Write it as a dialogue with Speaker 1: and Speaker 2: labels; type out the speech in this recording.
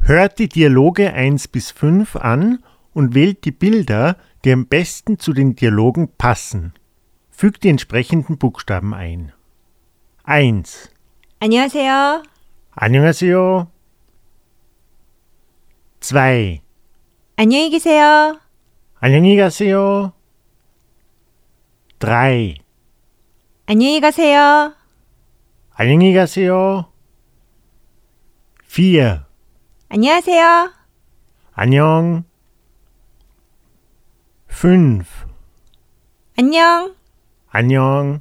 Speaker 1: Hört die Dialoge 1 bis 5 an und wählt die Bilder, die am besten zu den Dialogen passen. Fügt die entsprechenden Buchstaben ein. 1.
Speaker 2: 안녕하세요.
Speaker 1: 안녕하세요. 2.
Speaker 2: 안녕히 계세요.
Speaker 1: 안녕히 가세요. 3.
Speaker 2: 안녕히 가세요.
Speaker 1: 안녕히 가세요. 4.
Speaker 2: 안녕하세요.
Speaker 1: 안녕. 5.
Speaker 2: 안녕.
Speaker 1: 안녕.